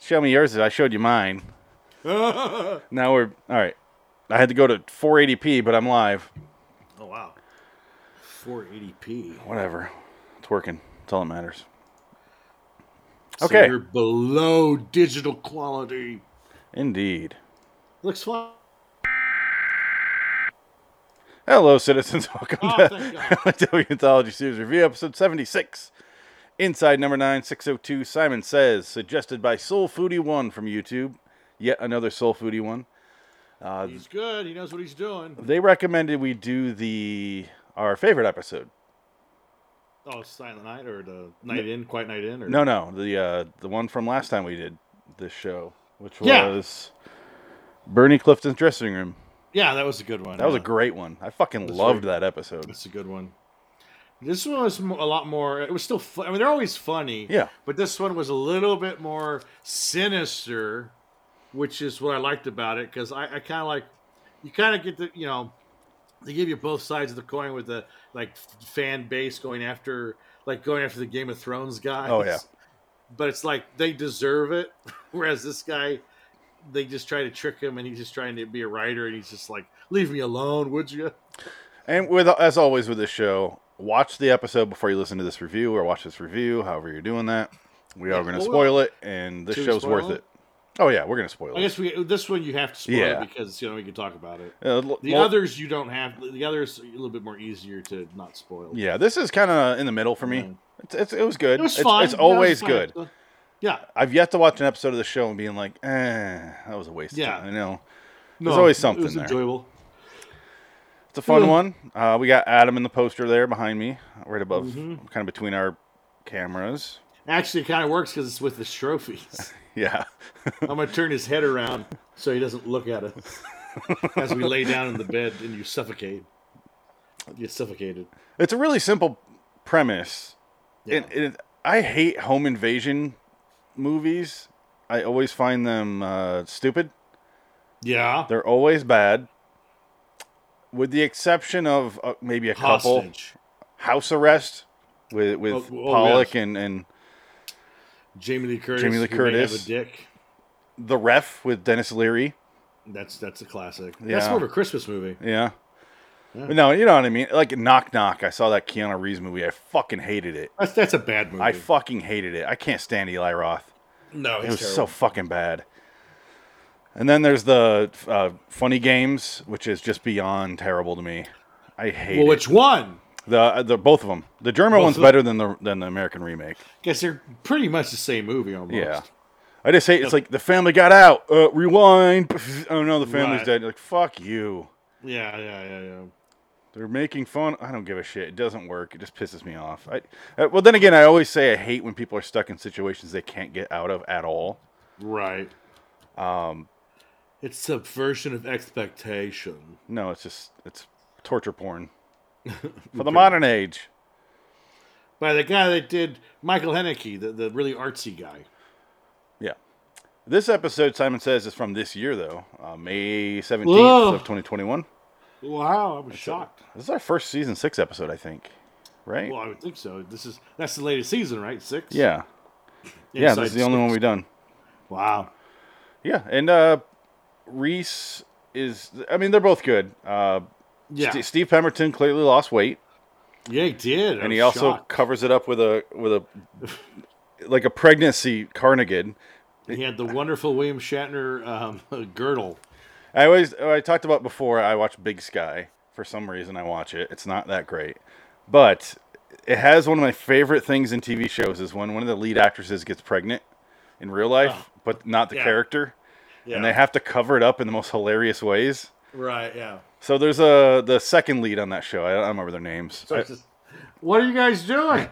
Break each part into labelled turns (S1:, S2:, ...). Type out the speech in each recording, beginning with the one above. S1: Show me yours. I showed you mine. now we're all right. I had to go to 480p, but I'm live.
S2: Oh wow. 480p.
S1: Whatever. It's working. That's all that matters.
S2: So
S1: Okay.
S2: you're below digital quality.
S1: Indeed.
S2: Looks fine.
S1: Hello, citizens. Welcome
S2: Oh,
S1: to
S2: thank God.
S1: LTW Anthology Series Review, episode 76. Inside number 9602, Simon Says, suggested by Soul Foodie One from YouTube. Yet another Soul Foodie One. Uh,
S2: He's good. He knows what he's doing.
S1: They recommended we do the our favorite episode.
S2: Oh, Silent Night or the Night In, Quiet Night In, or
S1: No, no, the uh, the one from last time we did this show, which
S2: Yeah.
S1: was Bernie Clifton's dressing room.
S2: Yeah, that was a good one.
S1: That was a
S2: yeah.
S1: great one. I fucking loved that episode.
S2: That's a good one. This one was mo- a lot more. It was still. Fu- I mean, they're always funny.
S1: Yeah.
S2: But this one was a little bit more sinister, which is what I liked about it because I, I kind of like. You kind of get the you know, they give you both sides of the coin with the like f- fan base going after like going after the Game of Thrones guys.
S1: Oh, yeah.
S2: But it's like they deserve it, whereas this guy, they just try to trick him, and he's just trying to be a writer, and he's just like, "Leave me alone, would you?"
S1: And with as always with this show, watch the episode before you listen to this review or watch this review, however you're doing that. We are
S2: Yeah,
S1: going to
S2: well,
S1: spoil it, and this
S2: Should we
S1: show's worth
S2: spoil
S1: it.
S2: it?
S1: Oh yeah, we're going to spoil
S2: I
S1: it.
S2: guess we this one you have to spoil
S1: Yeah.
S2: because you know we can talk about it.
S1: Uh, l-
S2: The
S1: well,
S2: others you don't have. The others a little bit more easier to not spoil.
S1: yeah, this is kind of in the middle for me.
S2: Yeah.
S1: It's, it's, it was good.
S2: it was
S1: it's,
S2: fun.
S1: it's
S2: Yeah, it was
S1: always
S2: fun.
S1: good.
S2: Yeah,
S1: I've yet to watch an episode of the show and being like, eh, that was a waste. of
S2: Yeah.
S1: time. I know.
S2: no,
S1: always
S2: It
S1: something
S2: was
S1: there.
S2: enjoyable.
S1: It's a fun
S2: Yeah.
S1: one. Uh, we got Adam in the poster there behind me, right above,
S2: Mm-hmm.
S1: kind of between our cameras.
S2: Actually, it kind of works because it's with his trophies.
S1: Yeah.
S2: I'm gonna turn his head around so he doesn't look at us as we lay down in the bed and you suffocate. You get suffocated.
S1: It's a really simple premise.
S2: Yeah.
S1: And, and I hate home invasion movies. I always find them uh, stupid.
S2: Yeah,
S1: They're always bad, with the exception of uh, maybe a couple
S2: hostage.
S1: house arrest with with
S2: Oh, oh,
S1: Pollock
S2: yes.
S1: and, and
S2: Jamie Lee Curtis.
S1: Jamie Lee
S2: who may have
S1: Curtis.
S2: a dick.
S1: the ref with Dennis Leary.
S2: That's that's a classic.
S1: Yeah.
S2: That's more of a Christmas movie.
S1: Yeah.
S2: Yeah.
S1: But no, you know what I mean. Like Knock Knock. I saw that Keanu Reeves movie. I fucking hated it.
S2: That's that's a bad movie.
S1: I fucking hated it. I can't stand Eli Roth.
S2: no,
S1: It
S2: he's
S1: was so
S2: terrible.
S1: fucking bad. And then there's the uh, funny games, which is just beyond terrible to me. I hate
S2: well,
S1: it.
S2: which one?
S1: the uh, the both of them. The German
S2: Both
S1: one's
S2: of 'em?
S1: better than the than the American remake.
S2: Guess they're pretty much the same movie almost.
S1: Yeah, I just hate. It's like the family got out. Uh, rewind. Oh no, the family's
S2: Right.
S1: dead. Like fuck you.
S2: yeah, yeah, yeah, yeah.
S1: They're making fun. I don't give a shit. It doesn't work. It just pisses me off. I, uh, well, then again, I always say I hate when people are stuck in situations they can't get out of at all.
S2: Right. Um,
S1: Um,
S2: it's subversion of expectation.
S1: No, it's just it's torture porn for the modern age.
S2: By the guy that did Michael Haneke, the, the really artsy guy.
S1: Yeah. This episode, Simon says, is from this year, though, uh, May 17th
S2: Whoa.
S1: of 2021.
S2: Wow, I was shocked.
S1: This is our first season six episode, I think, right?
S2: Well, I would think so. This is that's the latest season, right? Six.
S1: yeah. Yeah,
S2: Inside
S1: this is the only one we've done.
S2: Scoop. Wow.
S1: Yeah, and uh, Reese is, I mean, they're both good. Uh,
S2: Yeah.
S1: St- Steve Pemberton clearly lost weight,
S2: Yeah, he did. I
S1: and
S2: was
S1: he also
S2: Oh, shocked.
S1: covers it up with a, with a, like a pregnancy carnigan.
S2: he had the wonderful William Shatner um, girdle.
S1: I always I talked about before. I watch Big Sky for some reason. I watch it. It's not that great, but it has one of my favorite things in TV shows is when one of the lead actresses gets pregnant in real life, but not the
S2: yeah.
S1: character,
S2: Yeah.
S1: and they have to cover it up in the most hilarious ways.
S2: right. Yeah.
S1: So there's a the second lead on that show. I don't remember their names.
S2: So
S1: I-
S2: it's just, what are you guys doing?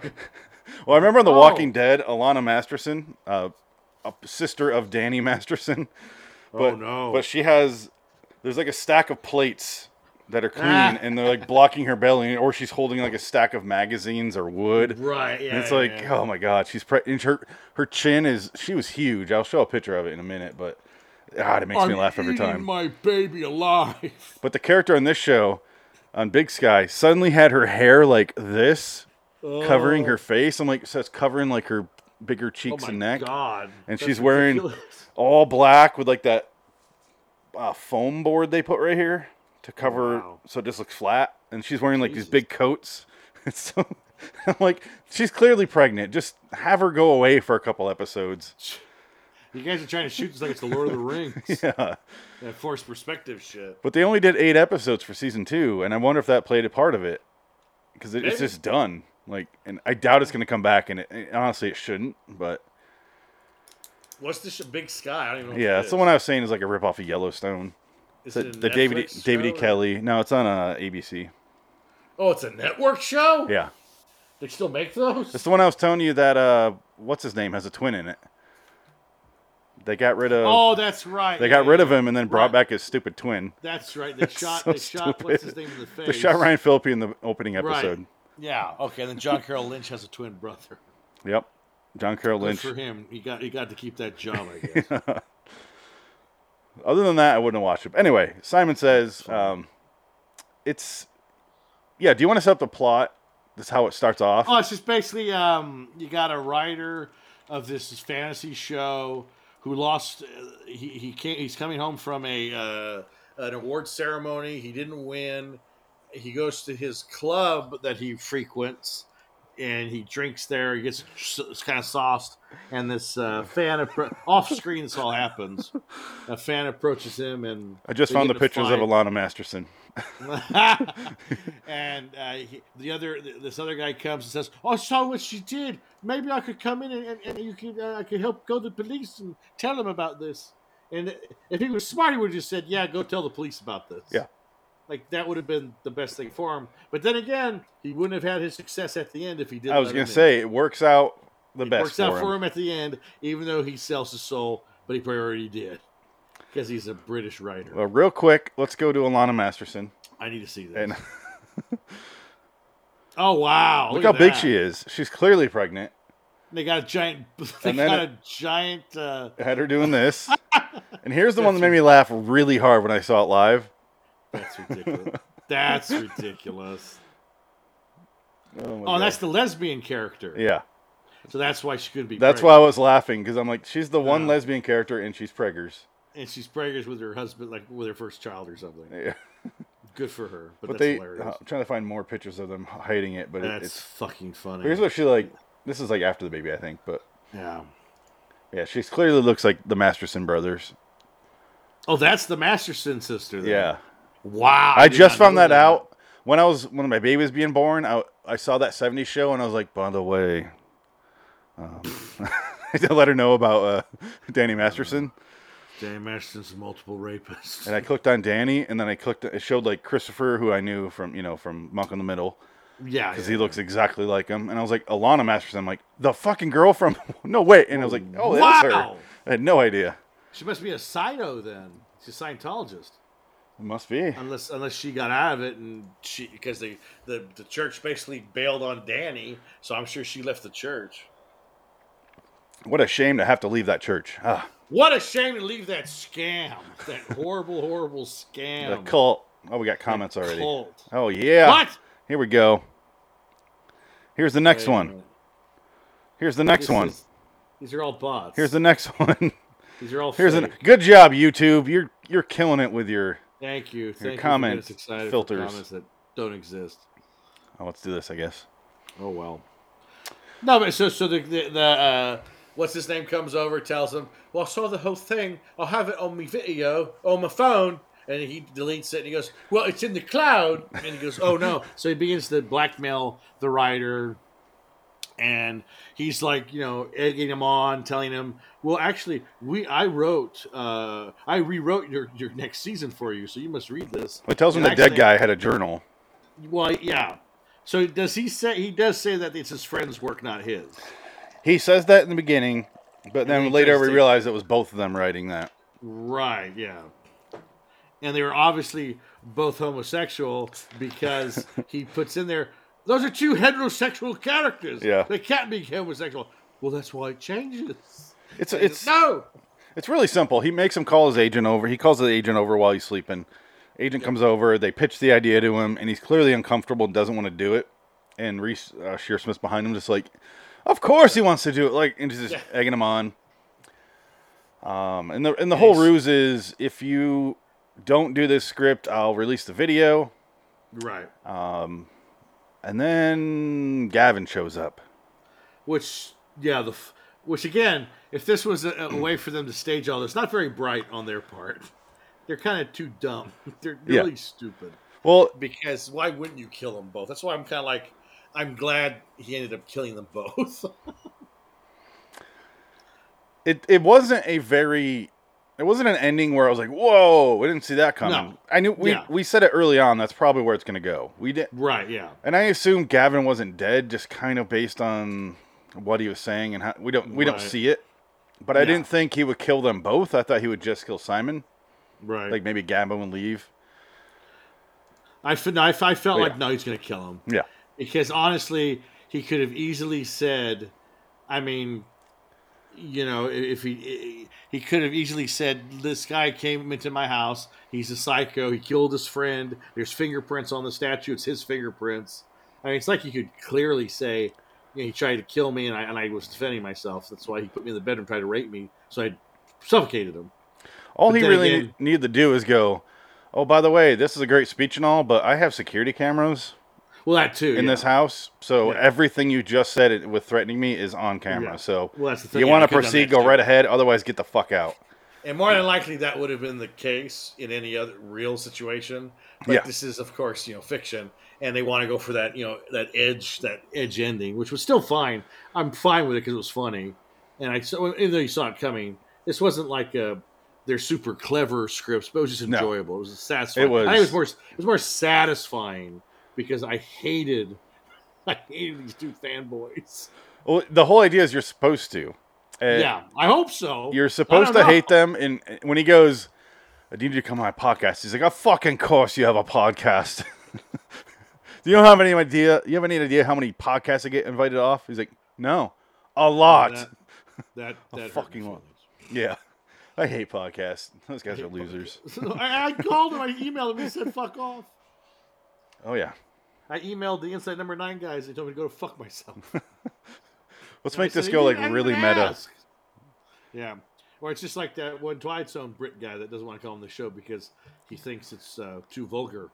S1: well, I remember on The
S2: Oh.
S1: Walking Dead, Alana Masterson, uh, a sister of Danny Masterson. But,
S2: oh no!
S1: But she has there's like a stack of plates that are clean
S2: Ah.
S1: and they're like blocking her belly, or she's holding like a stack of magazines or wood.
S2: right? Yeah.
S1: And it's
S2: yeah,
S1: like,
S2: yeah.
S1: oh my god, she's pre- and her her chin is she was huge. I'll show a picture of it in a minute, but God, it makes me laugh every time.
S2: My baby alive.
S1: but the character on this show, on Big Sky, suddenly had her hair like this, covering her face. I'm like, so it's covering like her bigger cheeks
S2: oh my
S1: and neck,
S2: God.
S1: and
S2: That's
S1: she's wearing
S2: ridiculous.
S1: all black with like that uh, foam board they put right here to cover,
S2: Wow.
S1: so it just looks flat. And she's wearing like
S2: Jesus.
S1: these big coats. And so I'm like, she's clearly pregnant. Just have her go away for a couple episodes.
S2: You guys are trying to shoot this like it's the Lord of the Rings.
S1: Yeah.
S2: That forced perspective shit.
S1: But they only did eight episodes for season two, and I wonder if that played a part of it because it, it's
S2: Maybe.
S1: just done. Like, and I doubt it's going to come back, and it, and honestly, it shouldn't. But
S2: What's this sh- Big Sky? I don't even know.
S1: yeah,
S2: what
S1: that's the one I was saying is like a ripoff of Yellowstone.
S2: Is
S1: The,
S2: it a
S1: the David
S2: Netflix
S1: David E.
S2: show or-
S1: Kelly. No, it's on uh, ABC.
S2: Oh, it's a network show.
S1: Yeah,
S2: They still make those.
S1: it's the one I was telling you that uh, what's his name has a twin in it. They got rid of
S2: Oh, that's right.
S1: they got
S2: Yeah,
S1: rid of him and then brought
S2: Right.
S1: back his stupid twin.
S2: That's right. They shot.
S1: so
S2: they shot. What's his
S1: stupid.
S2: name in the face?
S1: They shot Ryan Phillippe in the opening
S2: Right.
S1: episode.
S2: Yeah. Okay. Then John Carroll Lynch has a twin brother.
S1: Yep, John Carroll
S2: Good
S1: Lynch.
S2: for him. He got. He got to keep that job. I guess.
S1: Other than that, I wouldn't have watched it. But anyway, Simon says, um, it's, yeah, do you want to set up the plot? That's how it starts off.
S2: Oh, it's just basically um, you got a writer of this fantasy show who lost. Uh, he he came, he's coming home from a uh, an award ceremony. He didn't win. He goes to his club that he frequents, and he drinks there. He gets s- kind of sauced, and this uh, fan appro- off screen. This all happens. A fan approaches him, and
S1: I just
S2: they
S1: found
S2: get
S1: the
S2: in a
S1: pictures of
S2: fight.
S1: Alana Masterson.
S2: and uh, he, the other, th- this other guy comes and says, "Oh, I saw what she did. Maybe I could come in and, and, and you could, uh, I could help go to the police and tell them about this." And if he was smart, he would have just said, "Yeah, go tell the police about this."
S1: Yeah.
S2: like that would have been the best thing for him. But then again, he wouldn't have had his success at the end if he did.
S1: I was going to say, it works out the best
S2: works
S1: for,
S2: out
S1: him.
S2: for him at the end, even though he sells his soul, but he probably already did because he's a British writer.
S1: Well, real quick, let's go to Alana Masterson.
S2: I need to see this.
S1: And
S2: oh wow!
S1: look how big
S2: she is.
S1: she is. She's clearly pregnant.
S2: They got a giant. They
S1: And then
S2: got
S1: it-
S2: a giant. Uh,
S1: I had her doing this. and here's the one that made me laugh really hard when I saw it live.
S2: that's ridiculous. that's ridiculous.
S1: Oh, my
S2: Oh,
S1: God.
S2: that's the lesbian character.
S1: Yeah.
S2: So that's why she couldn't be.
S1: That's why I
S2: pregnant.
S1: was laughing because I'm like, she's the one
S2: Uh.
S1: lesbian character and she's preggers.
S2: And she's pregnant with her husband, like with her first child or something.
S1: Yeah.
S2: Good for her. But,
S1: But
S2: that's
S1: they,
S2: hilarious.
S1: I'm trying to find more pictures of them hiding it, but it,
S2: that's
S1: it's
S2: fucking funny.
S1: here's what she like. This is like after the baby, I think, but
S2: yeah.
S1: yeah, she clearly looks like the Masterson brothers.
S2: Oh, that's the Masterson sister. Then.
S1: Yeah,
S2: Wow.
S1: I
S2: did
S1: just
S2: not
S1: found
S2: know
S1: that out when I was when my baby was being born. I I saw that '70s show and I was like, by the way, um, I let her know about uh, Danny
S2: Uh-huh.
S1: Masterson,
S2: Dan Masterson's a multiple rapist.
S1: and I clicked on Danny, and then I clicked. It showed like Christopher, who I knew from you know from Monk in the Middle.
S2: yeah.
S1: because he looks exactly like him. And I was like, Alana Masterson. I'm like, the fucking girl from No Wait. And I was like, oh, that's
S2: Wow.
S1: her. I had no idea.
S2: She must be a psycho then. She's a Scientologist.
S1: It must be.
S2: unless unless she got out of it and she because they the, the church basically bailed on Danny, so I'm sure she left the church.
S1: What a shame to have to leave that church. Ah,
S2: What a shame to leave that scam, that horrible, horrible
S1: the
S2: scam.
S1: cult. Oh, we got comments already.
S2: Cult.
S1: Oh yeah.
S2: What?
S1: Here we go. Here's the next
S2: Wait a
S1: one.
S2: minute.
S1: Here's the next
S2: This
S1: one.
S2: is- these are all bots.
S1: Here's the next one.
S2: these are all.
S1: Here's
S2: fake.
S1: an good job, YouTube. You're you're killing it with your.
S2: Thank you. Thank you
S1: comment
S2: for getting us excited for
S1: filters.
S2: comments that don't exist.
S1: Oh, let's do this. I guess.
S2: Oh well. No, but so so the the, the uh, what's his name comes over, tells him, "Well, I saw the whole thing. I'll have it on my video on my phone." And he deletes it and he goes, "Well, it's in the cloud." And he goes, "Oh no!" So he begins to blackmail the writer, and he's like, you know, egging him on, telling him, "Well, actually, we I wrote, uh, I rewrote your your next season for you, so you must read this."
S1: Well, It tells him
S2: And
S1: the dead
S2: actually-
S1: guy had a journal.
S2: Well, yeah. So does he say he does say that it's his friend's work, not his?
S1: He says that in the beginning, but
S2: he
S1: then later we
S2: goes to-
S1: realize it was both of them writing that.
S2: Right, yeah. And they were obviously both homosexual because he puts in there, those are two heterosexual characters.
S1: Yeah.
S2: They can't be homosexual. Well, that's why it changes.
S1: It's it's
S2: No!
S1: It's really simple. He makes him call his agent over. He calls the agent over while he's sleeping. Agent comes over. They pitch the idea to him, and he's clearly uncomfortable and doesn't want to do it. And Reese uh, Shearsmith's behind him, just like, Of course, he wants to do it. Like, and he's just
S2: Yeah.
S1: egging him on. Um, and the and the whole
S2: Nice.
S1: ruse is if you don't do this script, I'll release the video.
S2: Right.
S1: And then Gavin shows up.
S2: Which, yeah, the f- which again, if this was a, a way for them to stage all this, not very bright on their part. They're kind of too dumb. They're
S1: Yeah.
S2: really stupid.
S1: Well,
S2: Because why wouldn't you kill them both? That's why I'm kind of like, I'm glad he ended up killing them both.
S1: it it wasn't a very it wasn't an ending where I was like, "Whoa, I didn't see that coming."
S2: No.
S1: I knew we
S2: Yeah.
S1: we said it early on. That's probably where it's going to go. We did,
S2: right? Yeah.
S1: and I assume Gavin wasn't dead, just kind of based on what he was saying and how we don't we don't
S2: Right.
S1: see it. But I
S2: Yeah.
S1: didn't think he would kill them both. I thought he would just kill Simon,
S2: Right.
S1: like maybe Gavin would leave.
S2: I, f- no, I f- I felt
S1: Oh, Yeah.
S2: like no, he's gonna kill him
S1: Yeah,
S2: because honestly, he could have easily said, I mean, you know, i- if he he could have easily said, this guy came into my house, he's a psycho, he killed his friend. There's fingerprints on the statue, it's his fingerprints. I mean, it's like you could clearly say, you know, he tried to kill me and I and I was defending myself. That's why he put me in the bedroom, tried to rape me, so I suffocated him.
S1: all
S2: But
S1: he
S2: then
S1: really
S2: again-
S1: needed to do is go. Oh, by the way, this is a great speech and all, but I have security cameras
S2: Well, that too.
S1: in
S2: yeah.
S1: this house, so
S2: Yeah.
S1: everything you just said it- with threatening me is on camera.
S2: Yeah.
S1: So
S2: Well, that's the thing.
S1: you
S2: yeah, I
S1: want to
S2: could've done
S1: proceed,
S2: that
S1: go
S2: too.
S1: right ahead. Otherwise, get the fuck out.
S2: And more than likely, that would have been the case in any other real situation. But
S1: Yeah.
S2: this is, of course, you know, fiction, and they want to go for that, you know, that edge, that edge ending, which was still fine. I'm fine with it because it was funny, and I saw, even though you saw it coming, this wasn't like a they're super clever scripts, but it was just
S1: No.
S2: enjoyable. It was satisfying.
S1: It was-
S2: I think it was more. It was more satisfying because I hated, I hated these two fanboys.
S1: Well, the whole idea is you're supposed to. And
S2: yeah, I hope so.
S1: Eh, You're supposed to
S2: know.
S1: hate them. And when he goes, I need you to come on my podcast, he's like, "Of fucking course you have a podcast. Do you have any idea? You have any idea how many podcasts I get invited off? He's like, no, a lot.
S2: that. That, that hurt my
S1: fucking lot.
S2: feelings.
S1: yeah, I hate podcasts. Those guys are losers.
S2: I, I called him. I emailed him. He said, "Fuck off."
S1: Oh yeah.
S2: I emailed the Inside Number Nine guys. They told me to go to fuck myself.
S1: Let's
S2: I
S1: make this
S2: said,
S1: go
S2: "You
S1: like
S2: didn't
S1: really
S2: even
S1: meta.
S2: ask." Yeah, or it's just like that one Twilight Zone Brit guy that doesn't want to come on the show because he thinks it's uh, too vulgar.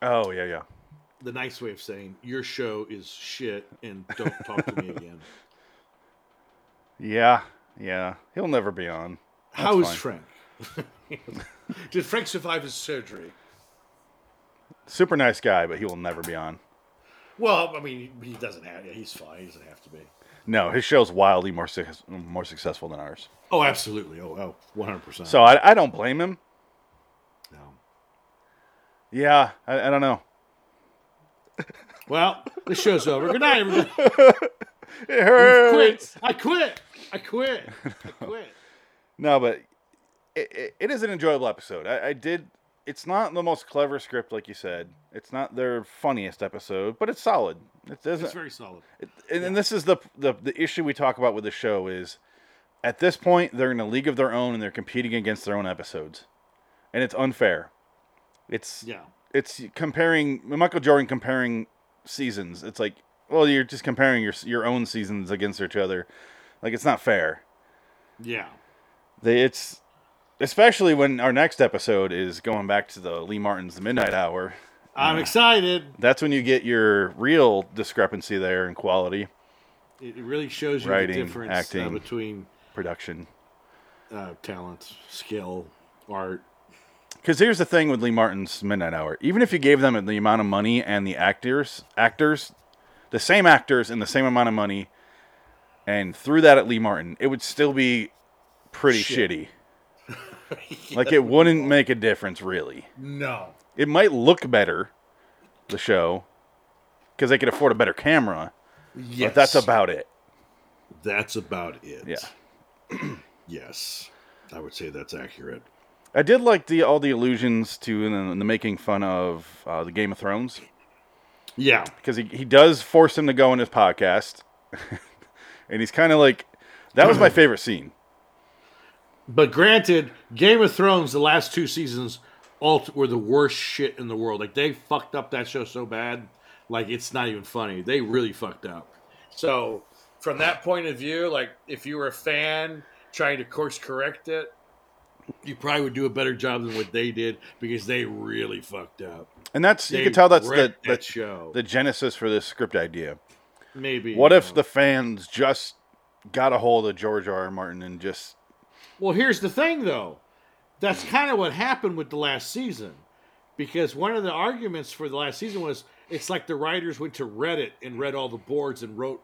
S1: Oh yeah, yeah.
S2: The nice way of saying your show is shit and don't talk to me again.
S1: Yeah, yeah. He'll never be on.
S2: How is
S1: fine.
S2: Frank? Did Frank survive his surgery?
S1: Super nice guy, but he will never be on.
S2: Well, I mean, he doesn't have. Yeah, he's fine. He doesn't have to be.
S1: No, his show's wildly more suc more successful than ours.
S2: Oh, absolutely. Oh, oh, one hundred percent.
S1: So I, I don't blame him.
S2: No.
S1: Yeah, I, I don't know.
S2: Well, the show's over. Good night, everybody.
S1: It hurts.
S2: Quit. I quit. I quit. I quit.
S1: No, but it, it, it is an enjoyable episode. I, I did. It's not the most clever script, like you said. It's not their funniest episode, but it's solid. It doesn't.
S2: It's very solid.
S1: it- and, and this is the, the the issue we talk about with the show is, at this point, they're in a league of their own and they're competing against their own episodes, and it's unfair. It's
S2: Yeah.
S1: it's comparing Michael Jordan comparing seasons. It's like, well, you're just comparing your your own seasons against each other. Like it's not fair.
S2: Yeah.
S1: They, it's especially when our next episode is going back to the Lee Martin's The Midnight Hour.
S2: I'm excited.
S1: That's when you get your real discrepancy there in quality
S2: It it really shows you the
S1: Writing,
S2: difference Uh,
S1: acting.
S2: between
S1: production.
S2: uh, talent, skill, art.
S1: Because here's the thing with Lee Martin's Midnight Hour: even if you gave them the amount of money and the actors, actors, the same actors and the same amount of money, and threw that at Lee Martin, it would still be pretty
S2: Shit.
S1: shitty. Like it wouldn't make a difference, really.
S2: No.
S1: It might look better, the show, because they could afford a better camera.
S2: Yes.
S1: But that's about it.
S2: that's about it.
S1: Yeah.
S2: Yes. I would say that's accurate.
S1: I did like the all the allusions to and the making fun of uh, the Game of Thrones.
S2: Yeah.
S1: because he, he does force him to go on his podcast and he's kind of like that was my favorite scene
S2: But granted, Game of Thrones, the last two seasons, all t- were the worst shit in the world. Like they fucked up that show so bad, like it's not even funny. They really fucked up. So from that point of view, like if you were a fan trying to course correct it, you probably would do a better job than what they did because they really fucked up.
S1: And that's you
S2: They
S1: can tell that's the,
S2: wrecked that
S1: the
S2: show.
S1: the genesis for this script idea.
S2: Maybe.
S1: What
S2: you
S1: if
S2: know.
S1: the fans just got a hold of George R. R. Martin and just
S2: Well, here's the thing, though. That's kind of what happened with the last season, because one of the arguments for the last season was it's like the writers went to Reddit and read all the boards and wrote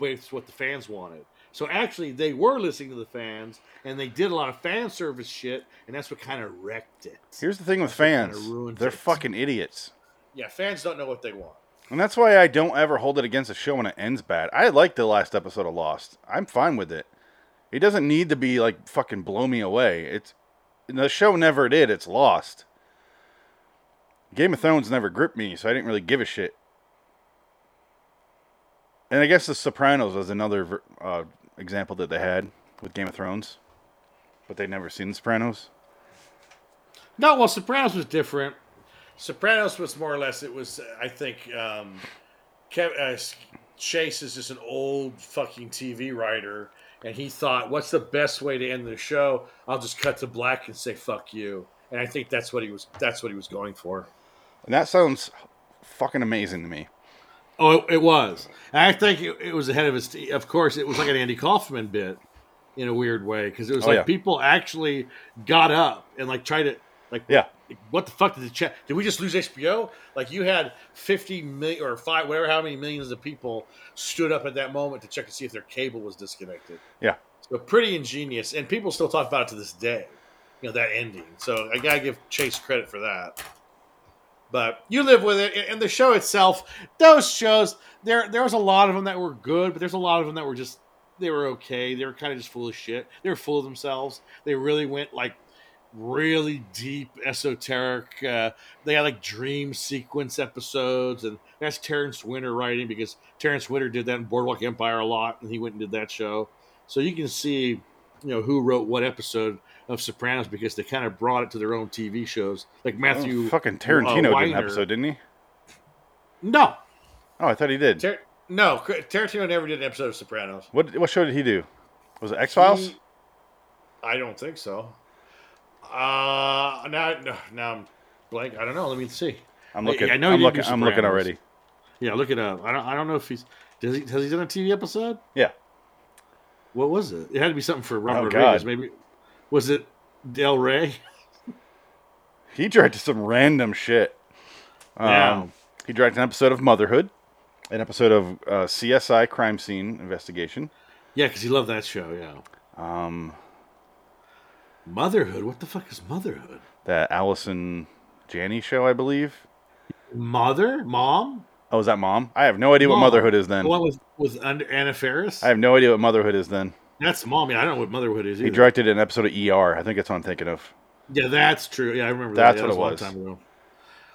S2: based what the fans wanted. So actually, they were listening to the fans and they did a lot of fan service shit, and that's what kind of wrecked it.
S1: Here's the thing with
S2: kinda
S1: fans.
S2: ruins
S1: They're
S2: it.
S1: fucking idiots.
S2: Yeah, fans don't know what they want.
S1: And that's why I don't ever hold it against a show when it ends bad. I liked the last episode of Lost. I'm fine with it. It doesn't need to be like fucking blow me away. It's the show never did. It's lost. Game of Thrones never gripped me, so I didn't really give a shit. And I guess The Sopranos was another ver- uh, example that they had with Game of Thrones, but they'd never seen The Sopranos.
S2: No, well, Sopranos was different. Sopranos was more or less it was. uh, I think um, Kev, uh, S- Chase is just an old fucking TV writer, and he thought, "What's the best way to end the show? I'll just cut to black and say fuck you." And I think that's what he was. That's what he was going for.
S1: And that sounds fucking amazing to me.
S2: Oh, it, it was. I think it, it was ahead of his. t- Of course, it was like an Andy Kaufman bit in a weird way because it was
S1: Oh,
S2: like
S1: yeah.
S2: people actually got up and like tried to like
S1: Yeah.
S2: what the fuck did the chat? Did we just lose HBO? Like you had fifty million or five, whatever, how many millions of people stood up at that moment to check to see if their cable was disconnected.
S1: Yeah.
S2: So pretty ingenious, and people still talk about it to this day. You know that ending. So I gotta give Chase credit for that. But you live with it, and- and the show itself. Those shows, there there was a lot of them that were good, but there's a lot of them that were just they were okay. They were kind of just full of shit. They were full of themselves. They really went like really deep esoteric. Uh, they had like dream sequence episodes, and that's Terrence Winter writing because Terrence Winter did that in Boardwalk Empire a lot, and he went and did that show. So you can see, you know, who wrote what episode of Sopranos because they kind of brought it to their own TV shows, like Matthew.
S1: Oh, fucking Tarantino
S2: uh,
S1: did an
S2: Weiner.
S1: episode, didn't he?
S2: No,
S1: Oh, I thought he did.
S2: Tar- no, Tarantino never did an episode of Sopranos.
S1: What what show did he do? Was it X Files?
S2: He- I don't think so. Uh, now, no, now I'm blank. I don't know. Let me see.
S1: I'm looking.
S2: I
S1: I
S2: know
S1: know
S2: he
S1: I'm
S2: did
S1: looking.
S2: do
S1: I'm looking
S2: Sopranos.
S1: already.
S2: Yeah, look it up. I don't. I don't know if he's does he has he done a TV episode?
S1: Yeah.
S2: What was it? It had to be something for Robert
S1: Oh, God.
S2: Rodriguez. Maybe was it Del Rey?
S1: He directed some random shit. Um,
S2: Yeah.
S1: He directed an episode of Motherhood, an episode of uh, CSI Crime Scene Investigation.
S2: Yeah, because he loved that show. Yeah.
S1: Um,
S2: Motherhood. What the fuck is motherhood?
S1: that Allison Janney show, I believe.
S2: Mother, mom.
S1: Oh, is that Mom? I have no idea
S2: Mom.
S1: what Motherhood is then.
S2: The one with with under, Anna Faris.
S1: I have no idea what Motherhood is then.
S2: That's mom. Yeah, I don't know what motherhood is
S1: He
S2: either.
S1: directed an episode of ER. I think that's what I'm thinking of.
S2: Yeah, that's true. Yeah, I remember.
S1: That's
S2: that.
S1: what
S2: Yeah,
S1: it was.
S2: that was. A long time ago.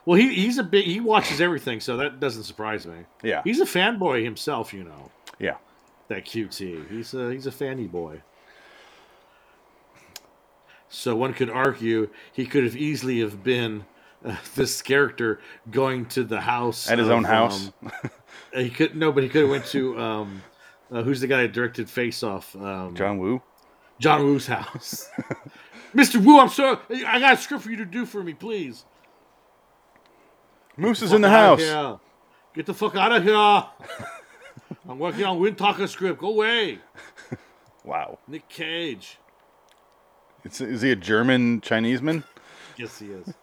S2: Well, he, he's a big. He watches everything, so that doesn't surprise me.
S1: Yeah.
S2: He's a fanboy himself, you know.
S1: Yeah.
S2: That QT. He's a he's a fanny boy. So one could argue he could have easily have been uh, this character going to the house
S1: At his
S2: of,
S1: own house.
S2: um, he could no, but he could have went to um, uh, who's the guy that directed Face Off? Um,
S1: John Woo.
S2: John Woo's house. Mr. Woo, I'm sorry. I got a script for you to do for me, please.
S1: Moose is in the
S2: Fuck outta
S1: house.
S2: here. Get the fuck out of here. I'm working on Wind Talker script. Go away.
S1: Wow.
S2: Nick Cage.
S1: It's, is he a German Chinese man?
S2: Yes, he is.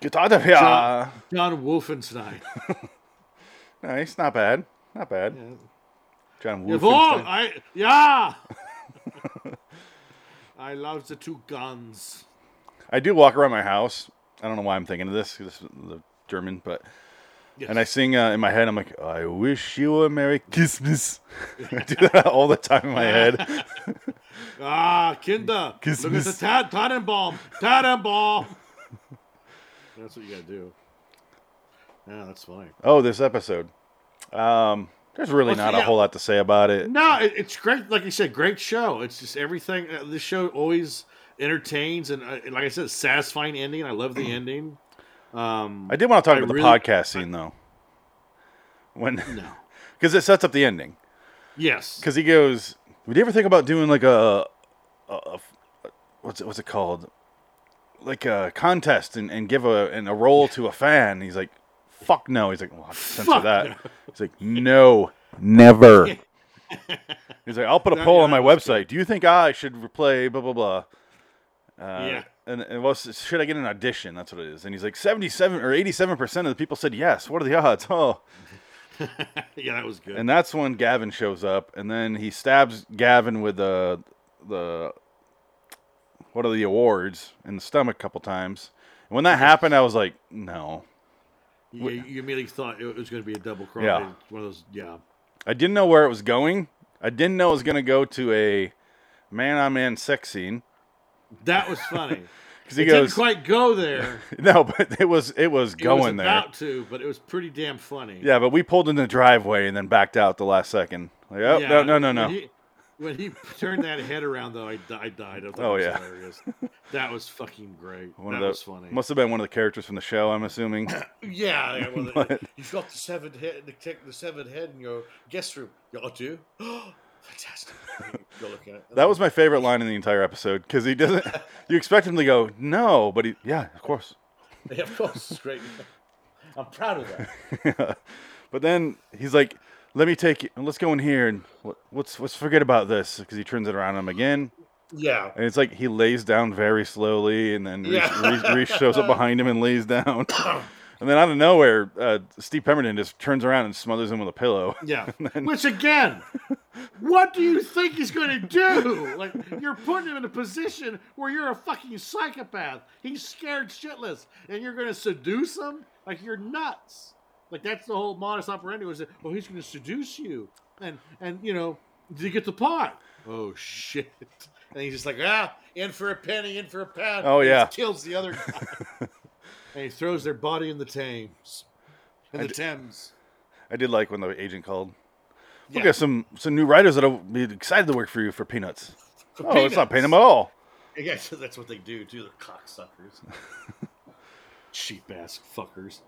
S1: Get out of here.
S2: John, John Wolfenstein.
S1: Nice, not bad, not bad. John Woo.
S2: Yvonne, I, yeah. I love the two guns.
S1: I do walk around my house. I don't know why I'm thinking of this. 'cause This is the German, but
S2: Yes.
S1: and I sing uh, in my head. I'm like, I wish you a merry Christmas. I do that all the time in my head.
S2: Ah, Kinder. Look at the
S1: Christmas.
S2: ta- Tannenbaum. Tannenbaum. that's what you gotta do. Yeah, that's funny.
S1: Oh, this episode. Um, there's really
S2: Well,
S1: not
S2: yeah.
S1: a whole lot to say about it.
S2: No, it, it's great. Like you said, great show. It's just everything. Uh, this show always entertains, and uh, like I said, satisfying ending. I love the ending. Um,
S1: I did want to talk
S2: I
S1: about
S2: really-
S1: the podcast scene though, when
S2: no,
S1: because it sets up the ending.
S2: Yes.
S1: because he goes, "Would you ever think about doing like a, a, a- what's it, what's it called, like a contest and, and give a and a role to a fan?" He's like, "Fuck no." He's like, "Well, I have to censor
S2: Fuck
S1: that."
S2: no.
S1: He's like, "No, never." He's like, "I'll put a poll on my website. Do you think I should replay blah blah blah?" Uh,
S2: Yeah.
S1: And, and what's, should I get an audition? That's what it is. And he's like, 77 or 87% of the people said yes. What are the odds? Oh.
S2: yeah, that was good.
S1: And that's when Gavin shows up, and then he stabs Gavin with the the what are the awards in the stomach a couple times. And when that happened, I was like, no,
S2: you, you immediately thought it was going to be a double cross.
S1: Yeah.
S2: One of those. Yeah.
S1: I didn't know where it was going. I didn't know it was gonna go to a man on man sex scene
S2: That was funny.
S1: because he
S2: it
S1: goes
S2: didn't quite go there.
S1: no, but it was it was
S2: it was
S1: going there.
S2: about to, but it was pretty damn funny.
S1: Yeah, but we pulled in the driveway and then backed out the last second. Like, oh
S2: Yeah,
S1: no no no
S2: when
S1: no.
S2: he- When he turned that head around, though, I, di- I died. I thought
S1: Oh,
S2: it was
S1: yeah.
S2: hilarious. That was fucking great.
S1: One
S2: that
S1: of the,
S2: was funny.
S1: Must have been one of the characters from the show. I'm assuming.
S2: Yeah, yeah well, you've got the severed head, the, tech- the severed head in your guest room. Yeah, I do. Fantastic. Go look at it.
S1: That was my favorite line in the entire episode because he doesn't. you expect him to go no, but he yeah, of course.
S2: yeah, of course, it's great. I'm proud of that.
S1: But then he's like, "Let me take you. Let's go in here and what- let's let's forget about this." Because he turns it around on him again,
S2: Yeah,
S1: and it's like he lays down very slowly, and then Reese,
S2: Yeah.
S1: Reese, Reese shows up behind him and lays down. And then out of nowhere, uh, Steve Pemberton just turns around and smothers him with a pillow.
S2: yeah. Which again, what do you think he's going to do? Like you're putting him in a position where you're a fucking psychopath. He's scared shitless, and you're going to seduce him? Like you're nuts. Like that's the whole modus operandi was that oh he's going to seduce you, and and you know did he get the pot? Oh shit! And he's just like ah in for a penny, in for a pound.
S1: Oh,
S2: and
S1: yeah.
S2: just kills the other guy, and he throws their body in the Thames, in the Thames.
S1: I did like when the agent called. We
S2: Yeah.
S1: got some some new writers that'll be excited to work for you for peanuts.
S2: For
S1: oh, it's not
S2: peanuts.
S1: paying them at all.
S2: I guess that's what they do too. They're cocksuckers. Cheap ass fuckers.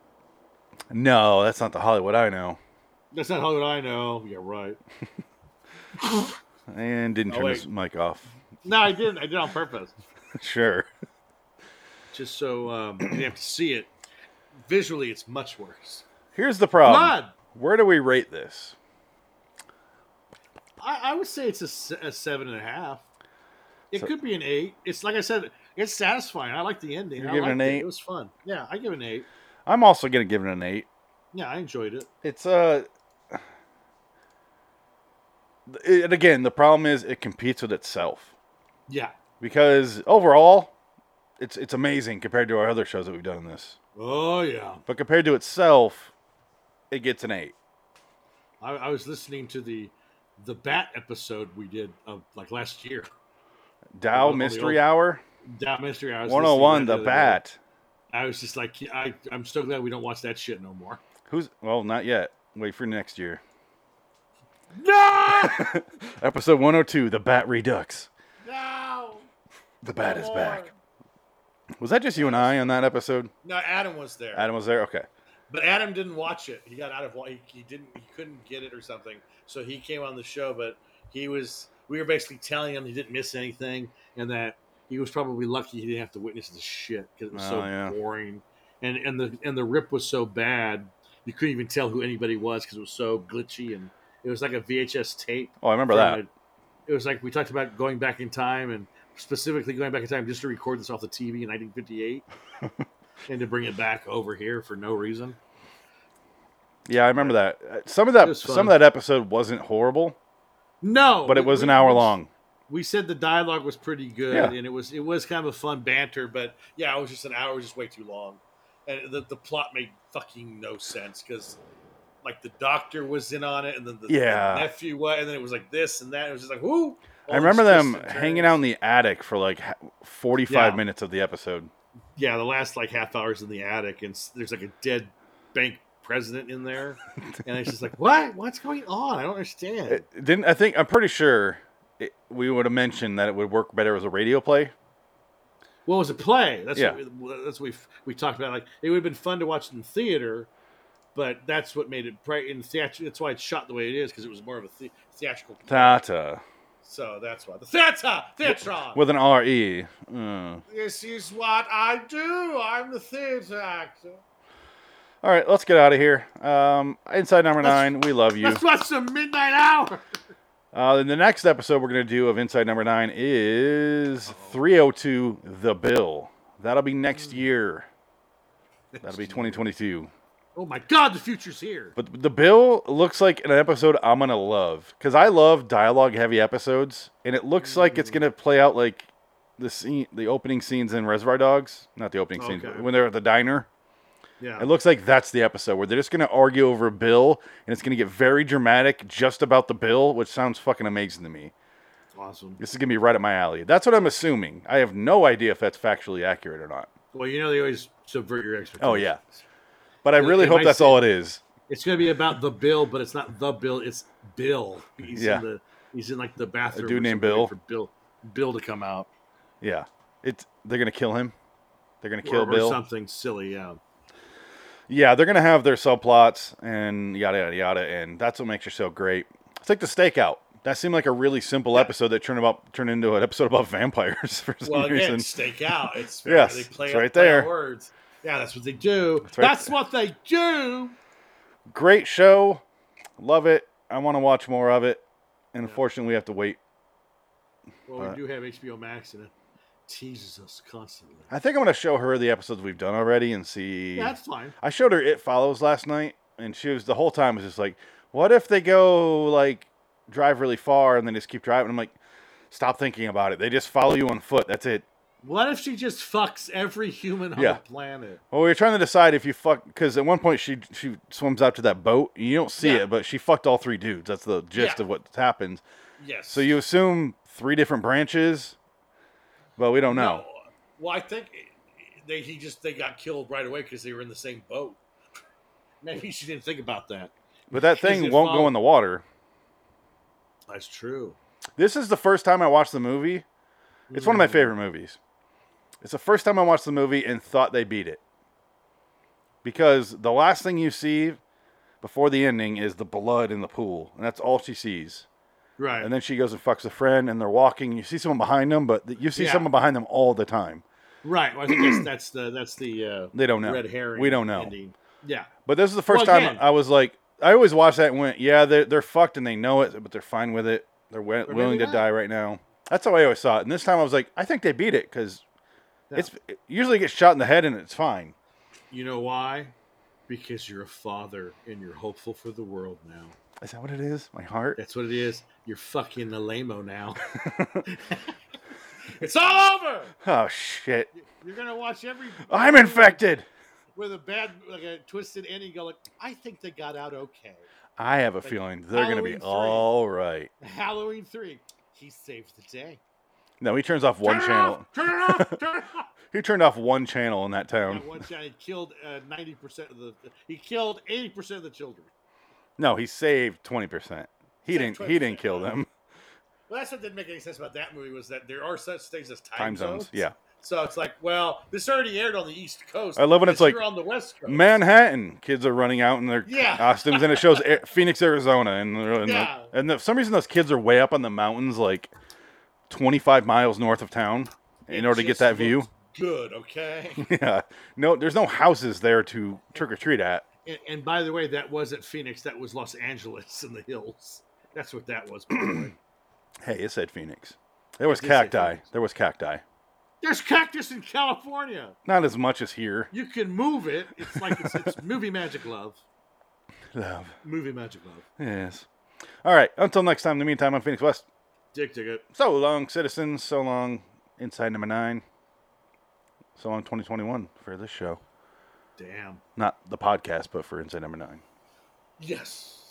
S1: No, that's not the Hollywood I know.
S2: That's not Hollywood I know. Yeah, right.
S1: And didn't
S2: Oh,
S1: turn his
S2: wait.
S1: mic off.
S2: No, I didn't. I did it on purpose.
S1: sure.
S2: Just so um, you didn't have to see it. Visually, it's much worse.
S1: Here's the problem.
S2: Blood!
S1: Where do we rate this?
S2: I, I would say it's a se- a, seven and a half. It could be an eight. It's like I said, it's satisfying. I like the ending.
S1: You're
S2: I
S1: giving it
S2: liked
S1: an
S2: it.
S1: eight?
S2: It was fun. Yeah, I give it an eight.
S1: I'm also gonna give it an eight.
S2: Yeah, I enjoyed it.
S1: It's uh it, and again, the problem is it competes with itself
S2: Yeah.
S1: because overall, it's it's amazing compared to our other shows that we've done in this.
S2: Oh yeah.
S1: But compared to itself, it gets an eight.
S2: I, I was listening to the the bat episode we did of like last year.
S1: Dow
S2: Oh, the
S1: Mystery
S2: old-
S1: Hour,
S2: That mystery. I was
S1: one hundred one,
S2: listening to
S1: the
S2: other day.
S1: bat.
S2: I was just like, I, I'm so glad we don't watch that shit no more.
S1: Who's well, not yet. Wait for next year.
S2: No,
S1: Episode one hundred two, the Bat Redux.
S2: no,
S1: The Bat is back. Was that just you and I on that episode?
S2: No, Adam was there,
S1: Adam was there. Okay.
S2: but Adam didn't watch it. He got out of he, he didn't he couldn't get it or something, so he came on the show. But he was we were basically telling him he didn't miss anything and that he was probably lucky he didn't have to witness this shit because it was so
S1: Oh, yeah.
S2: boring and and the and the rip was so bad you couldn't even tell who anybody was because it was so glitchy and it was like a VHS tape.
S1: Oh, I remember
S2: from
S1: that.
S2: it. It was like we talked about going back in time and specifically going back in time just to record this off the TV in 1958 and to bring it back over here for no reason.
S1: Yeah, I remember that. Uh, Some of that
S2: was
S1: some
S2: fun.
S1: of that episode wasn't horrible,
S2: No,
S1: but it
S2: we-
S1: was an
S2: we-
S1: hour
S2: we-
S1: long.
S2: We said the dialogue was pretty good
S1: Yeah.
S2: and it was it was kind of a fun banter, but yeah, it was just an hour was just way too long, and the, the plot made fucking no sense because. Like the doctor was in on it, and then the, the
S1: Yeah.
S2: nephew was, and then it was like this and that. It was just like, whoo!
S1: I remember them hanging out in the attic for like ha- 45
S2: Yeah.
S1: minutes of the episode.
S2: yeah, the last like half hours in the attic, and s- there's like a dead bank president in there, and it's just like, what? What's going on? I don't understand.
S1: It didn't I think I'm pretty sure it, we would have mentioned that it would work better as a radio play.
S2: well, it was a play. That's
S1: Yeah.
S2: what we, that's what we we talked about. Like it would have been fun to watch in theater, but that's what made it pre- in theater. That's why it's shot the way it is because it was more of a the- theatrical.
S1: Tata
S2: So that's why the theater, theatron.
S1: with an R E. Mm.
S2: this is what I do. I'm the theater actor.
S1: All right, let's get out of here. Um, inside number nine, we love you.
S2: Let's watch some midnight hour.
S1: Uh, then the next episode we're going to do of Inside Number Nine is 302 The Bill. That'll be next year. That'll be 2022.
S2: Oh my God, the future's here.
S1: But The Bill looks like an episode I'm going to love because I love dialogue heavy episodes, and it looks like it's going to play out like the scene, the opening scenes in Reservoir Dogs. Not the opening scenes,
S2: Okay.
S1: but when they're at the diner.
S2: Yeah.
S1: It looks like that's the episode where they're just going to argue over a bill, and it's going to get very dramatic just about the bill, which sounds fucking amazing to me.
S2: awesome.
S1: This is gonna be right up my alley. That's what I'm assuming. I have no idea if that's factually accurate or not.
S2: Well, you know they always subvert your expectations.
S1: Oh yeah, but I really
S2: It
S1: hope
S2: might
S1: that's
S2: say-
S1: all it is.
S2: It's gonna be about the bill, but it's not the bill. It's Bill. He's
S1: Yeah.
S2: in the he's in like the bathroom.
S1: dude
S2: or
S1: named
S2: something
S1: Bill.
S2: For Bill Bill to come out
S1: Yeah, it's they're gonna kill him. They're gonna
S2: or-
S1: kill
S2: or,
S1: Bill.
S2: something silly. Yeah.
S1: Yeah, they're gonna have their subplots and yada yada yada, and that's what makes her so great. It's like the stakeout. That seemed like a really simple episode that turned about turned into an episode about vampires for some
S2: Well,
S1: reason.
S2: again, stake out. It's
S1: Yes,
S2: they play
S1: it's
S2: up-
S1: right
S2: play
S1: there.
S2: out words. Yeah, that's what they do. That's,
S1: right
S2: what they do.
S1: Great show, love it. I want to watch more of it, and unfortunately, we have to wait.
S2: Well,
S1: Uh,
S2: we do have HBO Max, and it teases us constantly.
S1: I think I'm gonna show her the episodes we've done already and see.
S2: Yeah, that's fine.
S1: I showed her It Follows last night, and she was the whole time was just like, "What if they go like drive really far and then just keep driving?" I'm like, "Stop thinking about it. They just follow you on foot. That's it."
S2: What if she just fucks every human on
S1: Yeah.
S2: the planet?
S1: Well, we were trying to decide if you fuck because at one point she she swims out to that boat. You don't see
S2: Yeah.
S1: it, but she fucked all three dudes. That's the gist
S2: Yeah.
S1: of what happens.
S2: Yes.
S1: So you assume three different branches, but we don't know.
S2: Well, I think they he just they got killed right away because they were in the same boat. Maybe she didn't think about that.
S1: But that
S2: Because
S1: thing
S2: it
S1: won't go
S2: follow-
S1: in the water.
S2: That's true.
S1: This is the first time I watched the movie. It's one of
S2: Hmm.
S1: my favorite movies. It's the first time I watched the movie and thought they beat it. Because the last thing you see before the ending is the blood in the pool, and that's all she sees.
S2: Right.
S1: And then she goes and fucks a friend, and they're walking. You see someone behind them, but th- you see
S2: Yeah.
S1: someone behind them all the time.
S2: right. Well, I think that's, that's the that's the uh,
S1: They don't know.
S2: red herring.
S1: We don't know.
S2: ending. Yeah.
S1: But this is the first
S2: Well,
S1: time
S2: again-
S1: I was like, I always watched that and went, yeah, they're, they're fucked and they know it, but they're fine with it. They're wi-
S2: maybe
S1: willing to
S2: not.
S1: die right now. That's how I always saw it. And this time I was like, I think they beat it because
S2: Yeah.
S1: it's it usually gets shot in the head and it's fine.
S2: You know why? Because you're a father and you're hopeful for the world now.
S1: Is that what it is? My heart.
S2: That's what it is. You're fucking the lameo now. it's all over.
S1: Oh shit!
S2: You're gonna watch every
S1: I'm infected.
S2: with a bad like a twisted ending. Go like, I think they got out okay.
S1: I have a feeling they're gonna be
S2: Halloween three.
S1: all right.
S2: Halloween three. He saved the day.
S1: No, he turns off one
S2: Turn it
S1: channel.
S2: off! Turn it off! Turn it off!
S1: He turned off one channel in that town.
S2: That one shot, he killed uh, ninety percent of the. He killed eighty percent of the children.
S1: No, he saved twenty percent. He
S2: Saved
S1: didn't. He didn't
S2: 20%,
S1: kill
S2: huh?
S1: them.
S2: Well, that's what didn't make any sense about that movie was that there are such things as time,
S1: Time zones. Yeah.
S2: So it's like, well, this already aired on the East Coast.
S1: I love when it's
S2: but
S1: like,
S2: you're on the West Coast.
S1: Manhattan kids are running out in their
S2: Yeah.
S1: costumes, and it shows Ar- Phoenix, Arizona, and they're in the-
S2: Yeah.
S1: and the- for some reason those kids are way up on the mountains, like twenty-five miles north of town, in
S2: It
S1: order to get
S2: just
S1: that view.
S2: looked Good. Okay.
S1: Yeah, no, there's no houses there to trick or treat at.
S2: and, and by the way, that wasn't Phoenix. That was Los Angeles in the hills. That's what that was. By the way.
S1: Hey, it said Phoenix. There was
S2: did say
S1: cacti.
S2: Phoenix.
S1: There was cacti.
S2: There's cactus in California.
S1: Not as much as here.
S2: You can move it. It's like it's, it's movie magic love.
S1: Love.
S2: Movie magic love.
S1: Yes. All right. Until next time. In the meantime, I'm Phoenix West.
S2: Dick ticket.
S1: So long, citizens. So long, Inside Number Nine. So long, 2021 for this show.
S2: Damn.
S1: Not the podcast, but for Inside Number Nine.
S2: Yes.